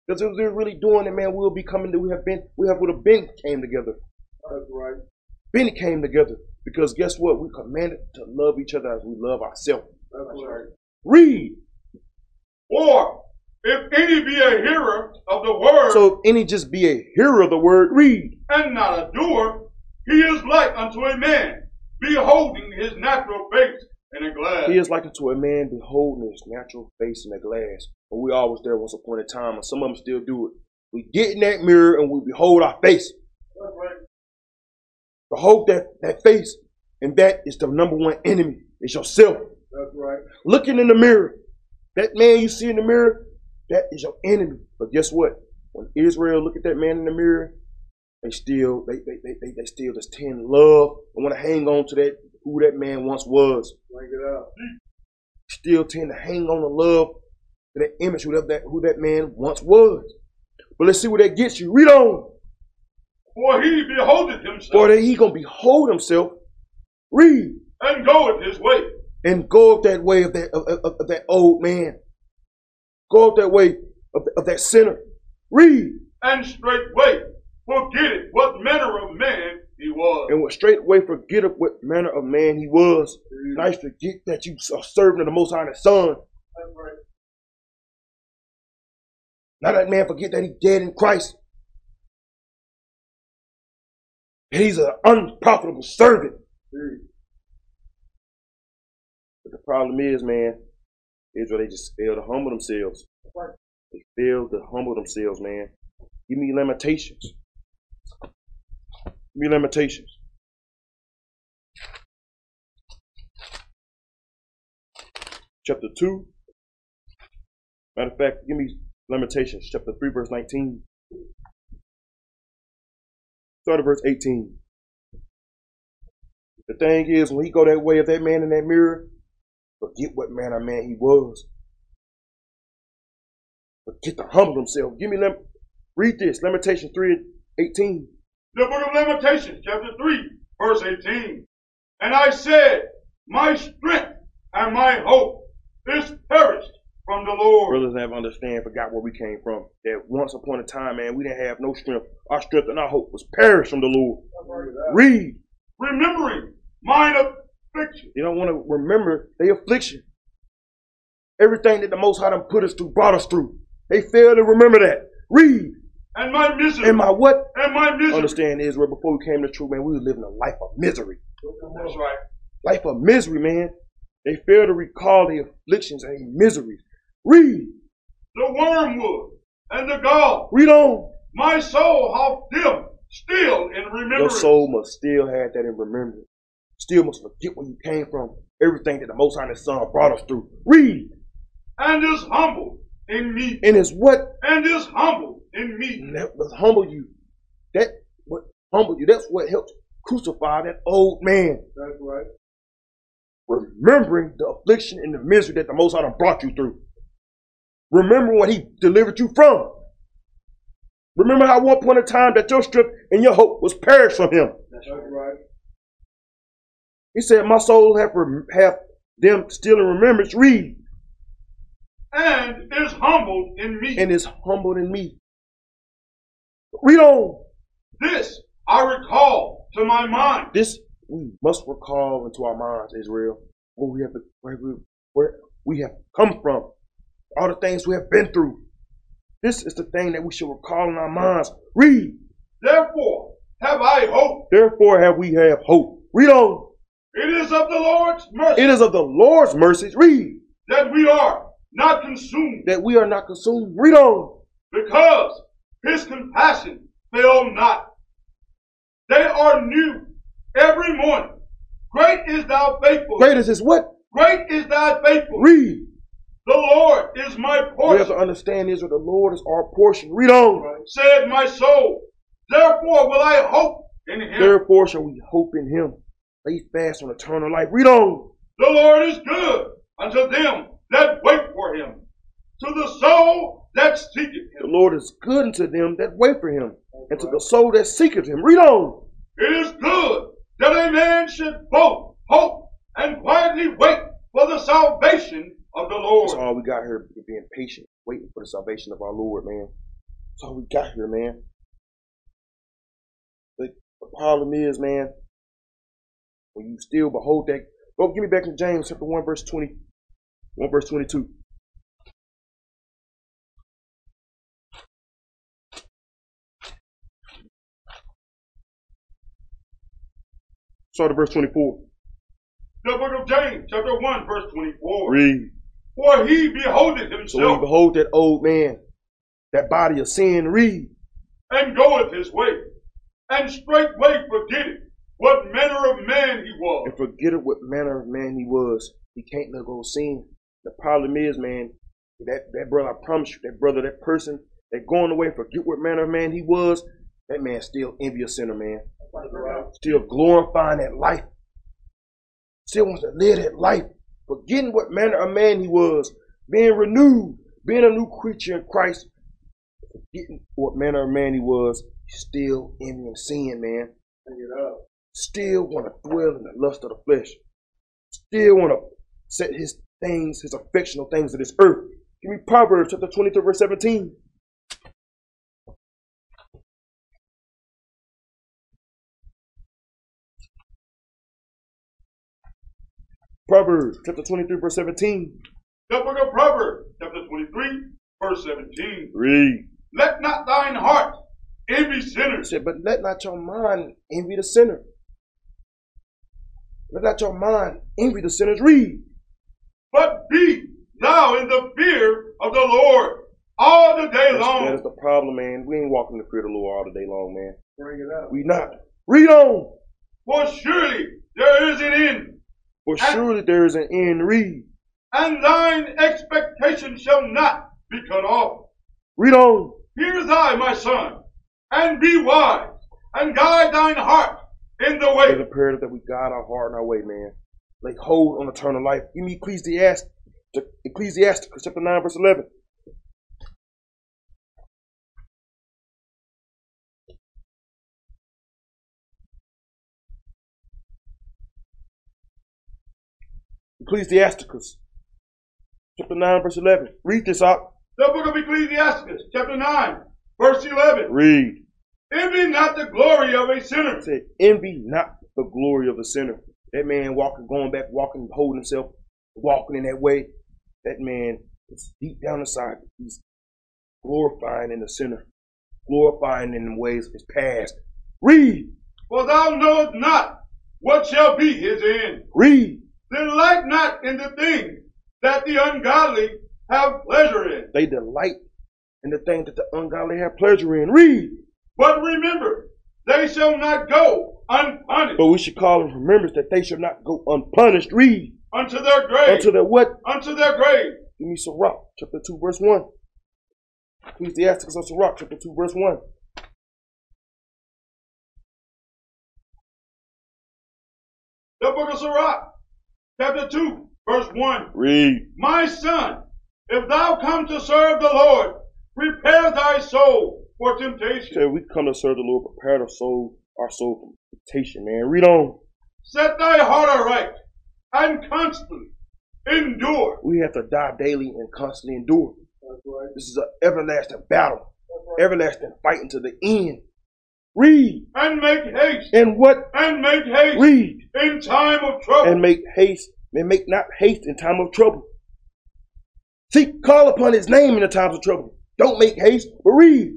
[SPEAKER 1] Because if they're really doing it, man, we'll be coming. To, we have been, we have would have been came together.
[SPEAKER 2] That's right.
[SPEAKER 1] Been came together because guess what? We commanded to love each other as we love ourselves.
[SPEAKER 2] That's right.
[SPEAKER 1] Read.
[SPEAKER 2] Or if any be a hearer of the word
[SPEAKER 1] So if any just be a hearer of the word, read.
[SPEAKER 2] and not a doer, he is like unto a man, beholding his natural face in a glass.
[SPEAKER 1] He is like unto a man beholding his natural face in a glass. But we always there once upon a time, and some of them still do it. We get in that mirror and we behold our face.
[SPEAKER 2] That's right.
[SPEAKER 1] Behold that, that face. And that is the number one enemy. It's yourself.
[SPEAKER 2] That's right.
[SPEAKER 1] Looking in the mirror. That man you see in the mirror, that is your enemy. But guess what? When Israel look at that man in the mirror, they still they they, they, they, they still just tend love and want to hang on to that who that man once was.
[SPEAKER 2] Bring it out.
[SPEAKER 1] still tend to hang on to love to that image who that, who that man once was. But let's see what that gets you. Read on.
[SPEAKER 2] For he beholdeth himself
[SPEAKER 1] For that he gonna behold himself. Read
[SPEAKER 2] and goeth his way.
[SPEAKER 1] and go up that way of that of, of, of that old man. Go up that way of, of that sinner. Read
[SPEAKER 2] and straightway forgetteth what manner of man he was.
[SPEAKER 1] and will straightway forget of what manner of man he was. Nice forget that you are serving of the Most High and His Son.
[SPEAKER 2] That's right.
[SPEAKER 1] Now that man forget that he's dead in Christ. And he's an unprofitable servant. But the problem is, man, Israel, they just fail to humble themselves.
[SPEAKER 2] Right.
[SPEAKER 1] They fail to humble themselves, man. Give me limitations. Give me limitations. Chapter 2. Matter of fact, give me Lamentations, chapter 3, verse 19. Start at verse 18. The thing is, when he go that way of that man in that mirror, forget what man or man he was. Forget to humble himself. Give me them. Read this, Lamentation 3 and 18.
[SPEAKER 2] The book of Lamentations, chapter 3, verse 18. And I said, My strength and my hope is perished from the Lord.
[SPEAKER 1] Brothers have understand, forgot where we came from. That once upon a time, man, we didn't have no strength. Our strength and our hope was perished from the Lord. Read.
[SPEAKER 2] Remembering mine affliction.
[SPEAKER 1] They don't want to remember their affliction. Everything that the Most High done put us through, brought us through. They fail to remember that. read,
[SPEAKER 2] and my misery,
[SPEAKER 1] and my what?
[SPEAKER 2] and my misery.
[SPEAKER 1] Understand Israel, before we came to truth, man, we were living a life of misery.
[SPEAKER 2] That's right.
[SPEAKER 1] Life of misery, man. They fail to recall the afflictions and their miseries. Read,
[SPEAKER 2] The wormwood and the gall.
[SPEAKER 1] read on.
[SPEAKER 2] My soul how dim, still in
[SPEAKER 1] Your
[SPEAKER 2] remembrance.
[SPEAKER 1] soul must still have that in remembrance. Still must forget where you came from. Everything that the Most High Son brought us through. Read,
[SPEAKER 2] and is humble in me,
[SPEAKER 1] and it's what
[SPEAKER 2] and is humble in me.
[SPEAKER 1] that was humble you. That what humbled you. That's what helped crucify that old man.
[SPEAKER 2] That's right.
[SPEAKER 1] remembering the affliction and the misery that the Most High done brought you through. Remember what He delivered you from. Remember how one point in time that your strength and your hope was perished from Him.
[SPEAKER 2] That's right.
[SPEAKER 1] He said, "My soul have rem- have them still in remembrance." Read,
[SPEAKER 2] And is humble in me.
[SPEAKER 1] and is humbled in me. Read on.
[SPEAKER 2] this I recall to my mind.
[SPEAKER 1] This we must recall into our minds, Israel, where we have where we, where we have come from, all the things we have been through. This is the thing that we should recall in our minds. Read.
[SPEAKER 2] Therefore have I hope.
[SPEAKER 1] Therefore have we have hope. Read on.
[SPEAKER 2] It is of the Lord's mercy
[SPEAKER 1] It is of the Lord's mercies. Read.
[SPEAKER 2] that we are not consumed,
[SPEAKER 1] That we are not consumed. Read on.
[SPEAKER 2] because his compassion fail not. They are new every morning. Great is thy faithfulness.
[SPEAKER 1] Great is his what?
[SPEAKER 2] Great is thy faithfulness.
[SPEAKER 1] Read.
[SPEAKER 2] The Lord is
[SPEAKER 1] We
[SPEAKER 2] my
[SPEAKER 1] have to
[SPEAKER 2] portion,
[SPEAKER 1] understand Israel, the Lord is our portion. Read on.
[SPEAKER 2] said my soul. Therefore will I hope in him.
[SPEAKER 1] Therefore shall we hope in him. Lay fast on eternal life. Read on.
[SPEAKER 2] The Lord is good unto them that wait for him, to the soul that seeketh
[SPEAKER 1] The
[SPEAKER 2] him.
[SPEAKER 1] Lord is good unto them that wait for him, and to the soul that seeketh him. Read on.
[SPEAKER 2] It is good that a man should both hope and quietly wait for the salvation of the
[SPEAKER 1] That's
[SPEAKER 2] Lord.
[SPEAKER 1] all we got here, being patient, waiting for the salvation of our Lord, man. That's all we got here, man. The, the problem is, man, when you still behold that. Go give me back to James chapter 1, verse 20. 1 verse 22. Start at verse 24.
[SPEAKER 2] The book of James, chapter 1, verse 24.
[SPEAKER 1] Read.
[SPEAKER 2] For he
[SPEAKER 1] So
[SPEAKER 2] beholdeth
[SPEAKER 1] when you
[SPEAKER 2] himself
[SPEAKER 1] behold that old man, that body of sin, read.
[SPEAKER 2] and goeth his way, and straightway forgetteth what manner of man he was.
[SPEAKER 1] and forget it what manner of man he was. He can't let go of sin. The problem is, man, that, that brother, I promise you, that brother, that person that going away, forget what manner of man he was, that man still envious sinner, man. Still glorifying that life. Still wants to live that life. Forgetting what manner of man he was. Being renewed. Being a new creature in Christ. Forgetting what manner of man he was. Still envying sin, man still want to dwell in the lust of the flesh, still want to set his things, his affectional things of this earth. Give me Proverbs chapter 23, verse 17. Proverbs chapter 23, verse 17.
[SPEAKER 2] The book of Proverbs, chapter 23, verse 17.
[SPEAKER 1] Read.
[SPEAKER 2] Let not thine heart envy
[SPEAKER 1] It
[SPEAKER 2] sinners,
[SPEAKER 1] said, But let not your mind envy the sinner. Let not your mind envy the sinners. Read.
[SPEAKER 2] but be thou in the fear of the Lord all the day
[SPEAKER 1] That's, that
[SPEAKER 2] long.
[SPEAKER 1] is the problem, man. We ain't walking the fear of the Lord all the day long, man.
[SPEAKER 2] Bring it up.
[SPEAKER 1] We not. Read on.
[SPEAKER 2] For surely there is an end,
[SPEAKER 1] For surely there is an end. Read.
[SPEAKER 2] and thine expectation shall not be cut off.
[SPEAKER 1] Read on.
[SPEAKER 2] Hear thy, my son, and be wise, and guide thine heart in the
[SPEAKER 1] It's
[SPEAKER 2] way.
[SPEAKER 1] imperative that we guide our heart and our way, man. Like hold on eternal life. Give me Ecclesiastes, Ecclesiastes chapter 9, verse 11. Ecclesiasticus, chapter 9, verse 11. Read this out.
[SPEAKER 2] The book of Ecclesiastes, chapter 9, verse 11.
[SPEAKER 1] Read.
[SPEAKER 2] Envy not the glory of a sinner,
[SPEAKER 1] said, envy not the glory of a sinner. That man walking, going back, walking, holding himself, walking in that way. That man is deep down inside. He's glorifying in the sinner, glorifying in the ways of his past. Read,
[SPEAKER 2] For thou knowest not what shall be his end.
[SPEAKER 1] read.
[SPEAKER 2] Then like not in the things that the ungodly have pleasure in.
[SPEAKER 1] They delight in the things that the ungodly have pleasure in. Read.
[SPEAKER 2] But remember, they shall not go unpunished
[SPEAKER 1] But we should call in remembrance that they shall not go unpunished. Read
[SPEAKER 2] unto their grave.
[SPEAKER 1] unto the what?
[SPEAKER 2] unto their grave.
[SPEAKER 1] Give me Sirach, chapter 2, verse 1. Ecclesiastes of Sirach, chapter 2, verse 1.
[SPEAKER 2] The book of Sirach, chapter 2, verse 1.
[SPEAKER 1] Read.
[SPEAKER 2] My son, if thou come to serve the Lord, prepare thy soul for temptation.
[SPEAKER 1] Say we come to serve the Lord, prepare the soul, our soul for temptation, man. Read on.
[SPEAKER 2] Set thy heart aright and constantly endure.
[SPEAKER 1] We have to die daily and constantly endure. This is an everlasting battle, everlasting fight until the end. Read
[SPEAKER 2] And make haste,
[SPEAKER 1] and what?
[SPEAKER 2] and make haste
[SPEAKER 1] Read
[SPEAKER 2] in time of trouble.
[SPEAKER 1] and make haste and make not haste in time of trouble. Seek, call upon His name in the times of trouble. Don't make haste, but read.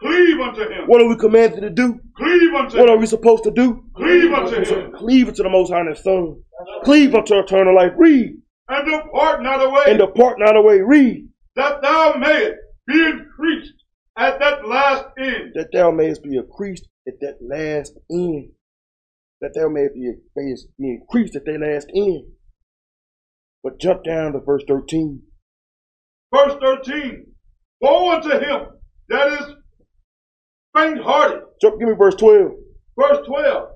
[SPEAKER 2] Cleave unto him.
[SPEAKER 1] What are we commanded to do?
[SPEAKER 2] Cleave unto
[SPEAKER 1] What
[SPEAKER 2] him.
[SPEAKER 1] are we supposed to do?
[SPEAKER 2] Cleave unto him.
[SPEAKER 1] Cleave unto the Most High and His Son. Cleave unto eternal life. Read
[SPEAKER 2] And depart not
[SPEAKER 1] and
[SPEAKER 2] away,
[SPEAKER 1] depart not away. Read.
[SPEAKER 2] that thou mayest be increased at that last end.
[SPEAKER 1] that thou mayest be increased at that last end. That thou mayest be, mayest be increased at that last end. But jump down to verse 13.
[SPEAKER 2] Verse 13. Woe unto him that is faint hearted.
[SPEAKER 1] Jump, give me verse 12.
[SPEAKER 2] Verse 12.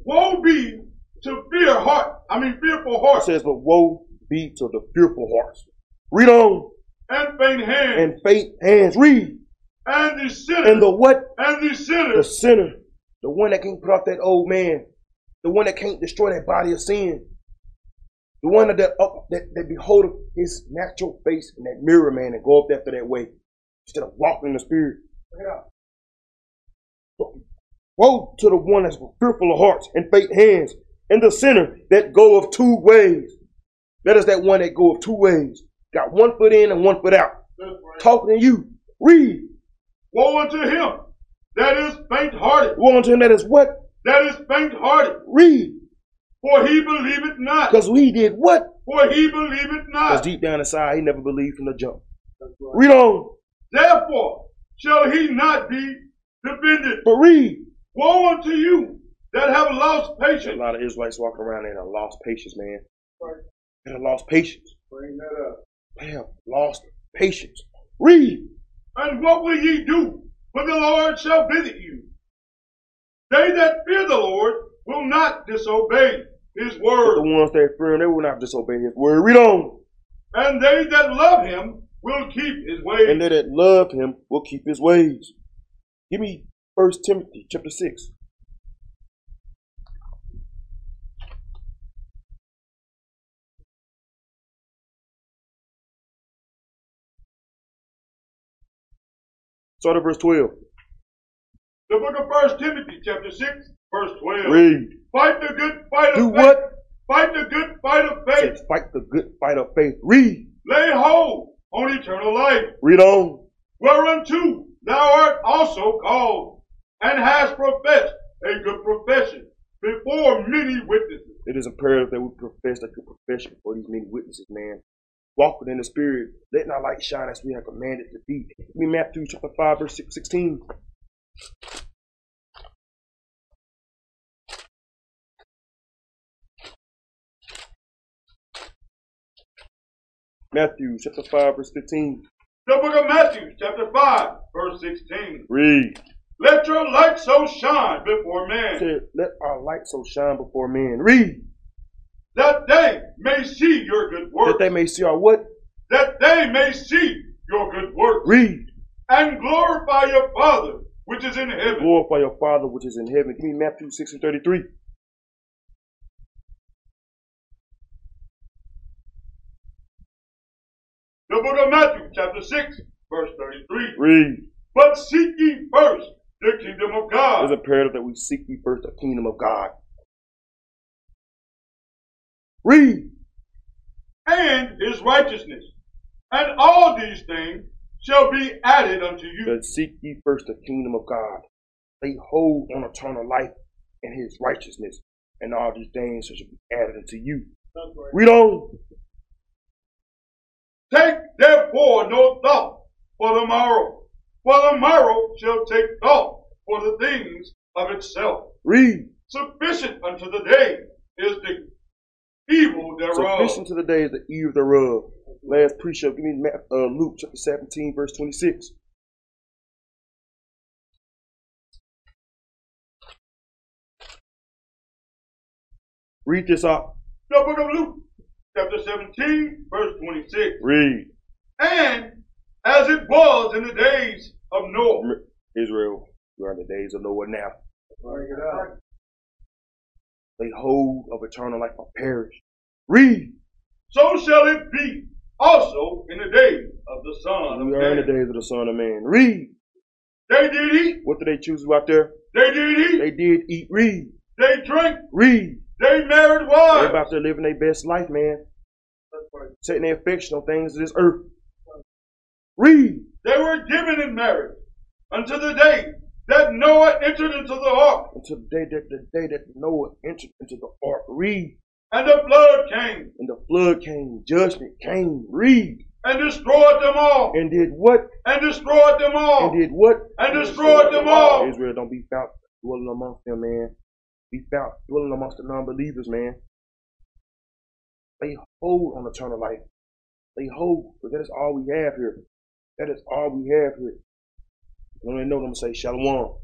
[SPEAKER 2] Woe be to fear heart, I mean fearful
[SPEAKER 1] It
[SPEAKER 2] heart
[SPEAKER 1] says, But woe be to the fearful hearts. Read on.
[SPEAKER 2] and faint hand
[SPEAKER 1] And faith hands. Read.
[SPEAKER 2] and the sinner
[SPEAKER 1] And the what?
[SPEAKER 2] and the sinner
[SPEAKER 1] The sinner. The one that can't put off that old man. The one that can't destroy that body of sin. The one that up, that, that beholdeth his natural face in that mirror, man, and go up after that way instead of walking in the spirit. Woe to the one that's fearful of hearts and faint hands, and the sinner that go of two ways. That is that one that go of two ways. Got one foot in and one foot out. Talking to you. Read.
[SPEAKER 2] Woe unto him that is faint hearted,
[SPEAKER 1] Woe unto him that is what?
[SPEAKER 2] that is faint hearted,
[SPEAKER 1] Read.
[SPEAKER 2] for he believeth not,
[SPEAKER 1] Because we did what?
[SPEAKER 2] for he believeth
[SPEAKER 1] Because
[SPEAKER 2] not.
[SPEAKER 1] deep down inside, he never believed from the jump. Read on.
[SPEAKER 2] Therefore shall he not be defended.
[SPEAKER 1] But read.
[SPEAKER 2] Woe unto you that have lost
[SPEAKER 1] A
[SPEAKER 2] patience.
[SPEAKER 1] lot of Israelites walking around and have lost patience, man. They done lost patience.
[SPEAKER 2] Bring that up.
[SPEAKER 1] They have lost patience. Read.
[SPEAKER 2] And what will ye do when the Lord shall visit you? They that fear the Lord will not disobey his
[SPEAKER 1] But the
[SPEAKER 2] word,
[SPEAKER 1] ones that fear him, they will not disobey his word. Read on.
[SPEAKER 2] and they that love him will keep his
[SPEAKER 1] and
[SPEAKER 2] ways.
[SPEAKER 1] they that love him will keep his ways. Give me First Timothy chapter six. Start at verse twelve.
[SPEAKER 2] The book of First Timothy, chapter six, verse twelve.
[SPEAKER 1] Read.
[SPEAKER 2] Fight the good fight of
[SPEAKER 1] Do
[SPEAKER 2] faith.
[SPEAKER 1] what?
[SPEAKER 2] Fight the good fight of faith.
[SPEAKER 1] Says, fight the good fight of faith. Read.
[SPEAKER 2] Lay hold on eternal life,
[SPEAKER 1] Read on.
[SPEAKER 2] whereunto thou art also called, and hast professed a good profession before many witnesses.
[SPEAKER 1] It is imperative that we profess like a profession for these many witnesses, man. Walk within the spirit. Let not light shine as we are commanded to be. Give me Matthew chapter 5, verse six- 16. Matthew chapter 5, verse 15.
[SPEAKER 2] The book of Matthew, chapter 5, verse 16.
[SPEAKER 1] Read.
[SPEAKER 2] Let your light so shine before men
[SPEAKER 1] Said, Let our light so shine before men. Read.
[SPEAKER 2] that they may see your good
[SPEAKER 1] That
[SPEAKER 2] work,
[SPEAKER 1] they may see our what?
[SPEAKER 2] that they may see your good work,
[SPEAKER 1] Read.
[SPEAKER 2] and glorify your Father which is in heaven.
[SPEAKER 1] glorify your Father which is in heaven. Give me Matthew 6 and 33.
[SPEAKER 2] The book of Matthew, chapter 6, verse 33.
[SPEAKER 1] Read.
[SPEAKER 2] But seek ye first the kingdom of
[SPEAKER 1] It's
[SPEAKER 2] God
[SPEAKER 1] imperative that we seek ye first the kingdom of God. Read.
[SPEAKER 2] and his righteousness, and all these things shall be added unto you.
[SPEAKER 1] But seek ye first the kingdom of God. Lay hold on eternal life and his righteousness, and all these things shall be added unto you. Read on.
[SPEAKER 2] Take therefore no thought for the morrow, for the morrow shall take thought for the things of itself.
[SPEAKER 1] Read.
[SPEAKER 2] Sufficient unto the day is the evil thereof.
[SPEAKER 1] Sufficient to the day is the eve thereof. Last precept, give me Ma- uh, Luke chapter 17, verse 26. Read this out.
[SPEAKER 2] The book of Luke, chapter 17, verse 26.
[SPEAKER 1] Read.
[SPEAKER 2] And as it was in the days of Noah,
[SPEAKER 1] Rem- Israel, we are in the days of Noah now. Lay hold of eternal life will perish. Read.
[SPEAKER 2] so shall it be also in the days of the Son
[SPEAKER 1] We are in the
[SPEAKER 2] of Man.
[SPEAKER 1] days of the Son of Man. Read.
[SPEAKER 2] They did eat,
[SPEAKER 1] What do they choose out there?
[SPEAKER 2] they did eat,
[SPEAKER 1] They did eat. Read.
[SPEAKER 2] they drank,
[SPEAKER 1] Read.
[SPEAKER 2] they
[SPEAKER 1] They're
[SPEAKER 2] married wives.
[SPEAKER 1] about to living their best life, man. Taking their affection on things of this earth. Read.
[SPEAKER 2] They were given in marriage unto the day that Noah entered into the ark,
[SPEAKER 1] Until the day that the day that Noah entered into the ark. Read.
[SPEAKER 2] and the flood came
[SPEAKER 1] And the flood came, judgment came. Read.
[SPEAKER 2] and destroyed them all,
[SPEAKER 1] And did what?
[SPEAKER 2] and destroyed them all,
[SPEAKER 1] And did what?
[SPEAKER 2] and destroyed them all.
[SPEAKER 1] Israel don't be found dwelling amongst them, man. Be found dwelling amongst the non-believers, man. They hold on eternal life. They hold, but that is all we have here. That is all we have here. And when they know, them, say shalom.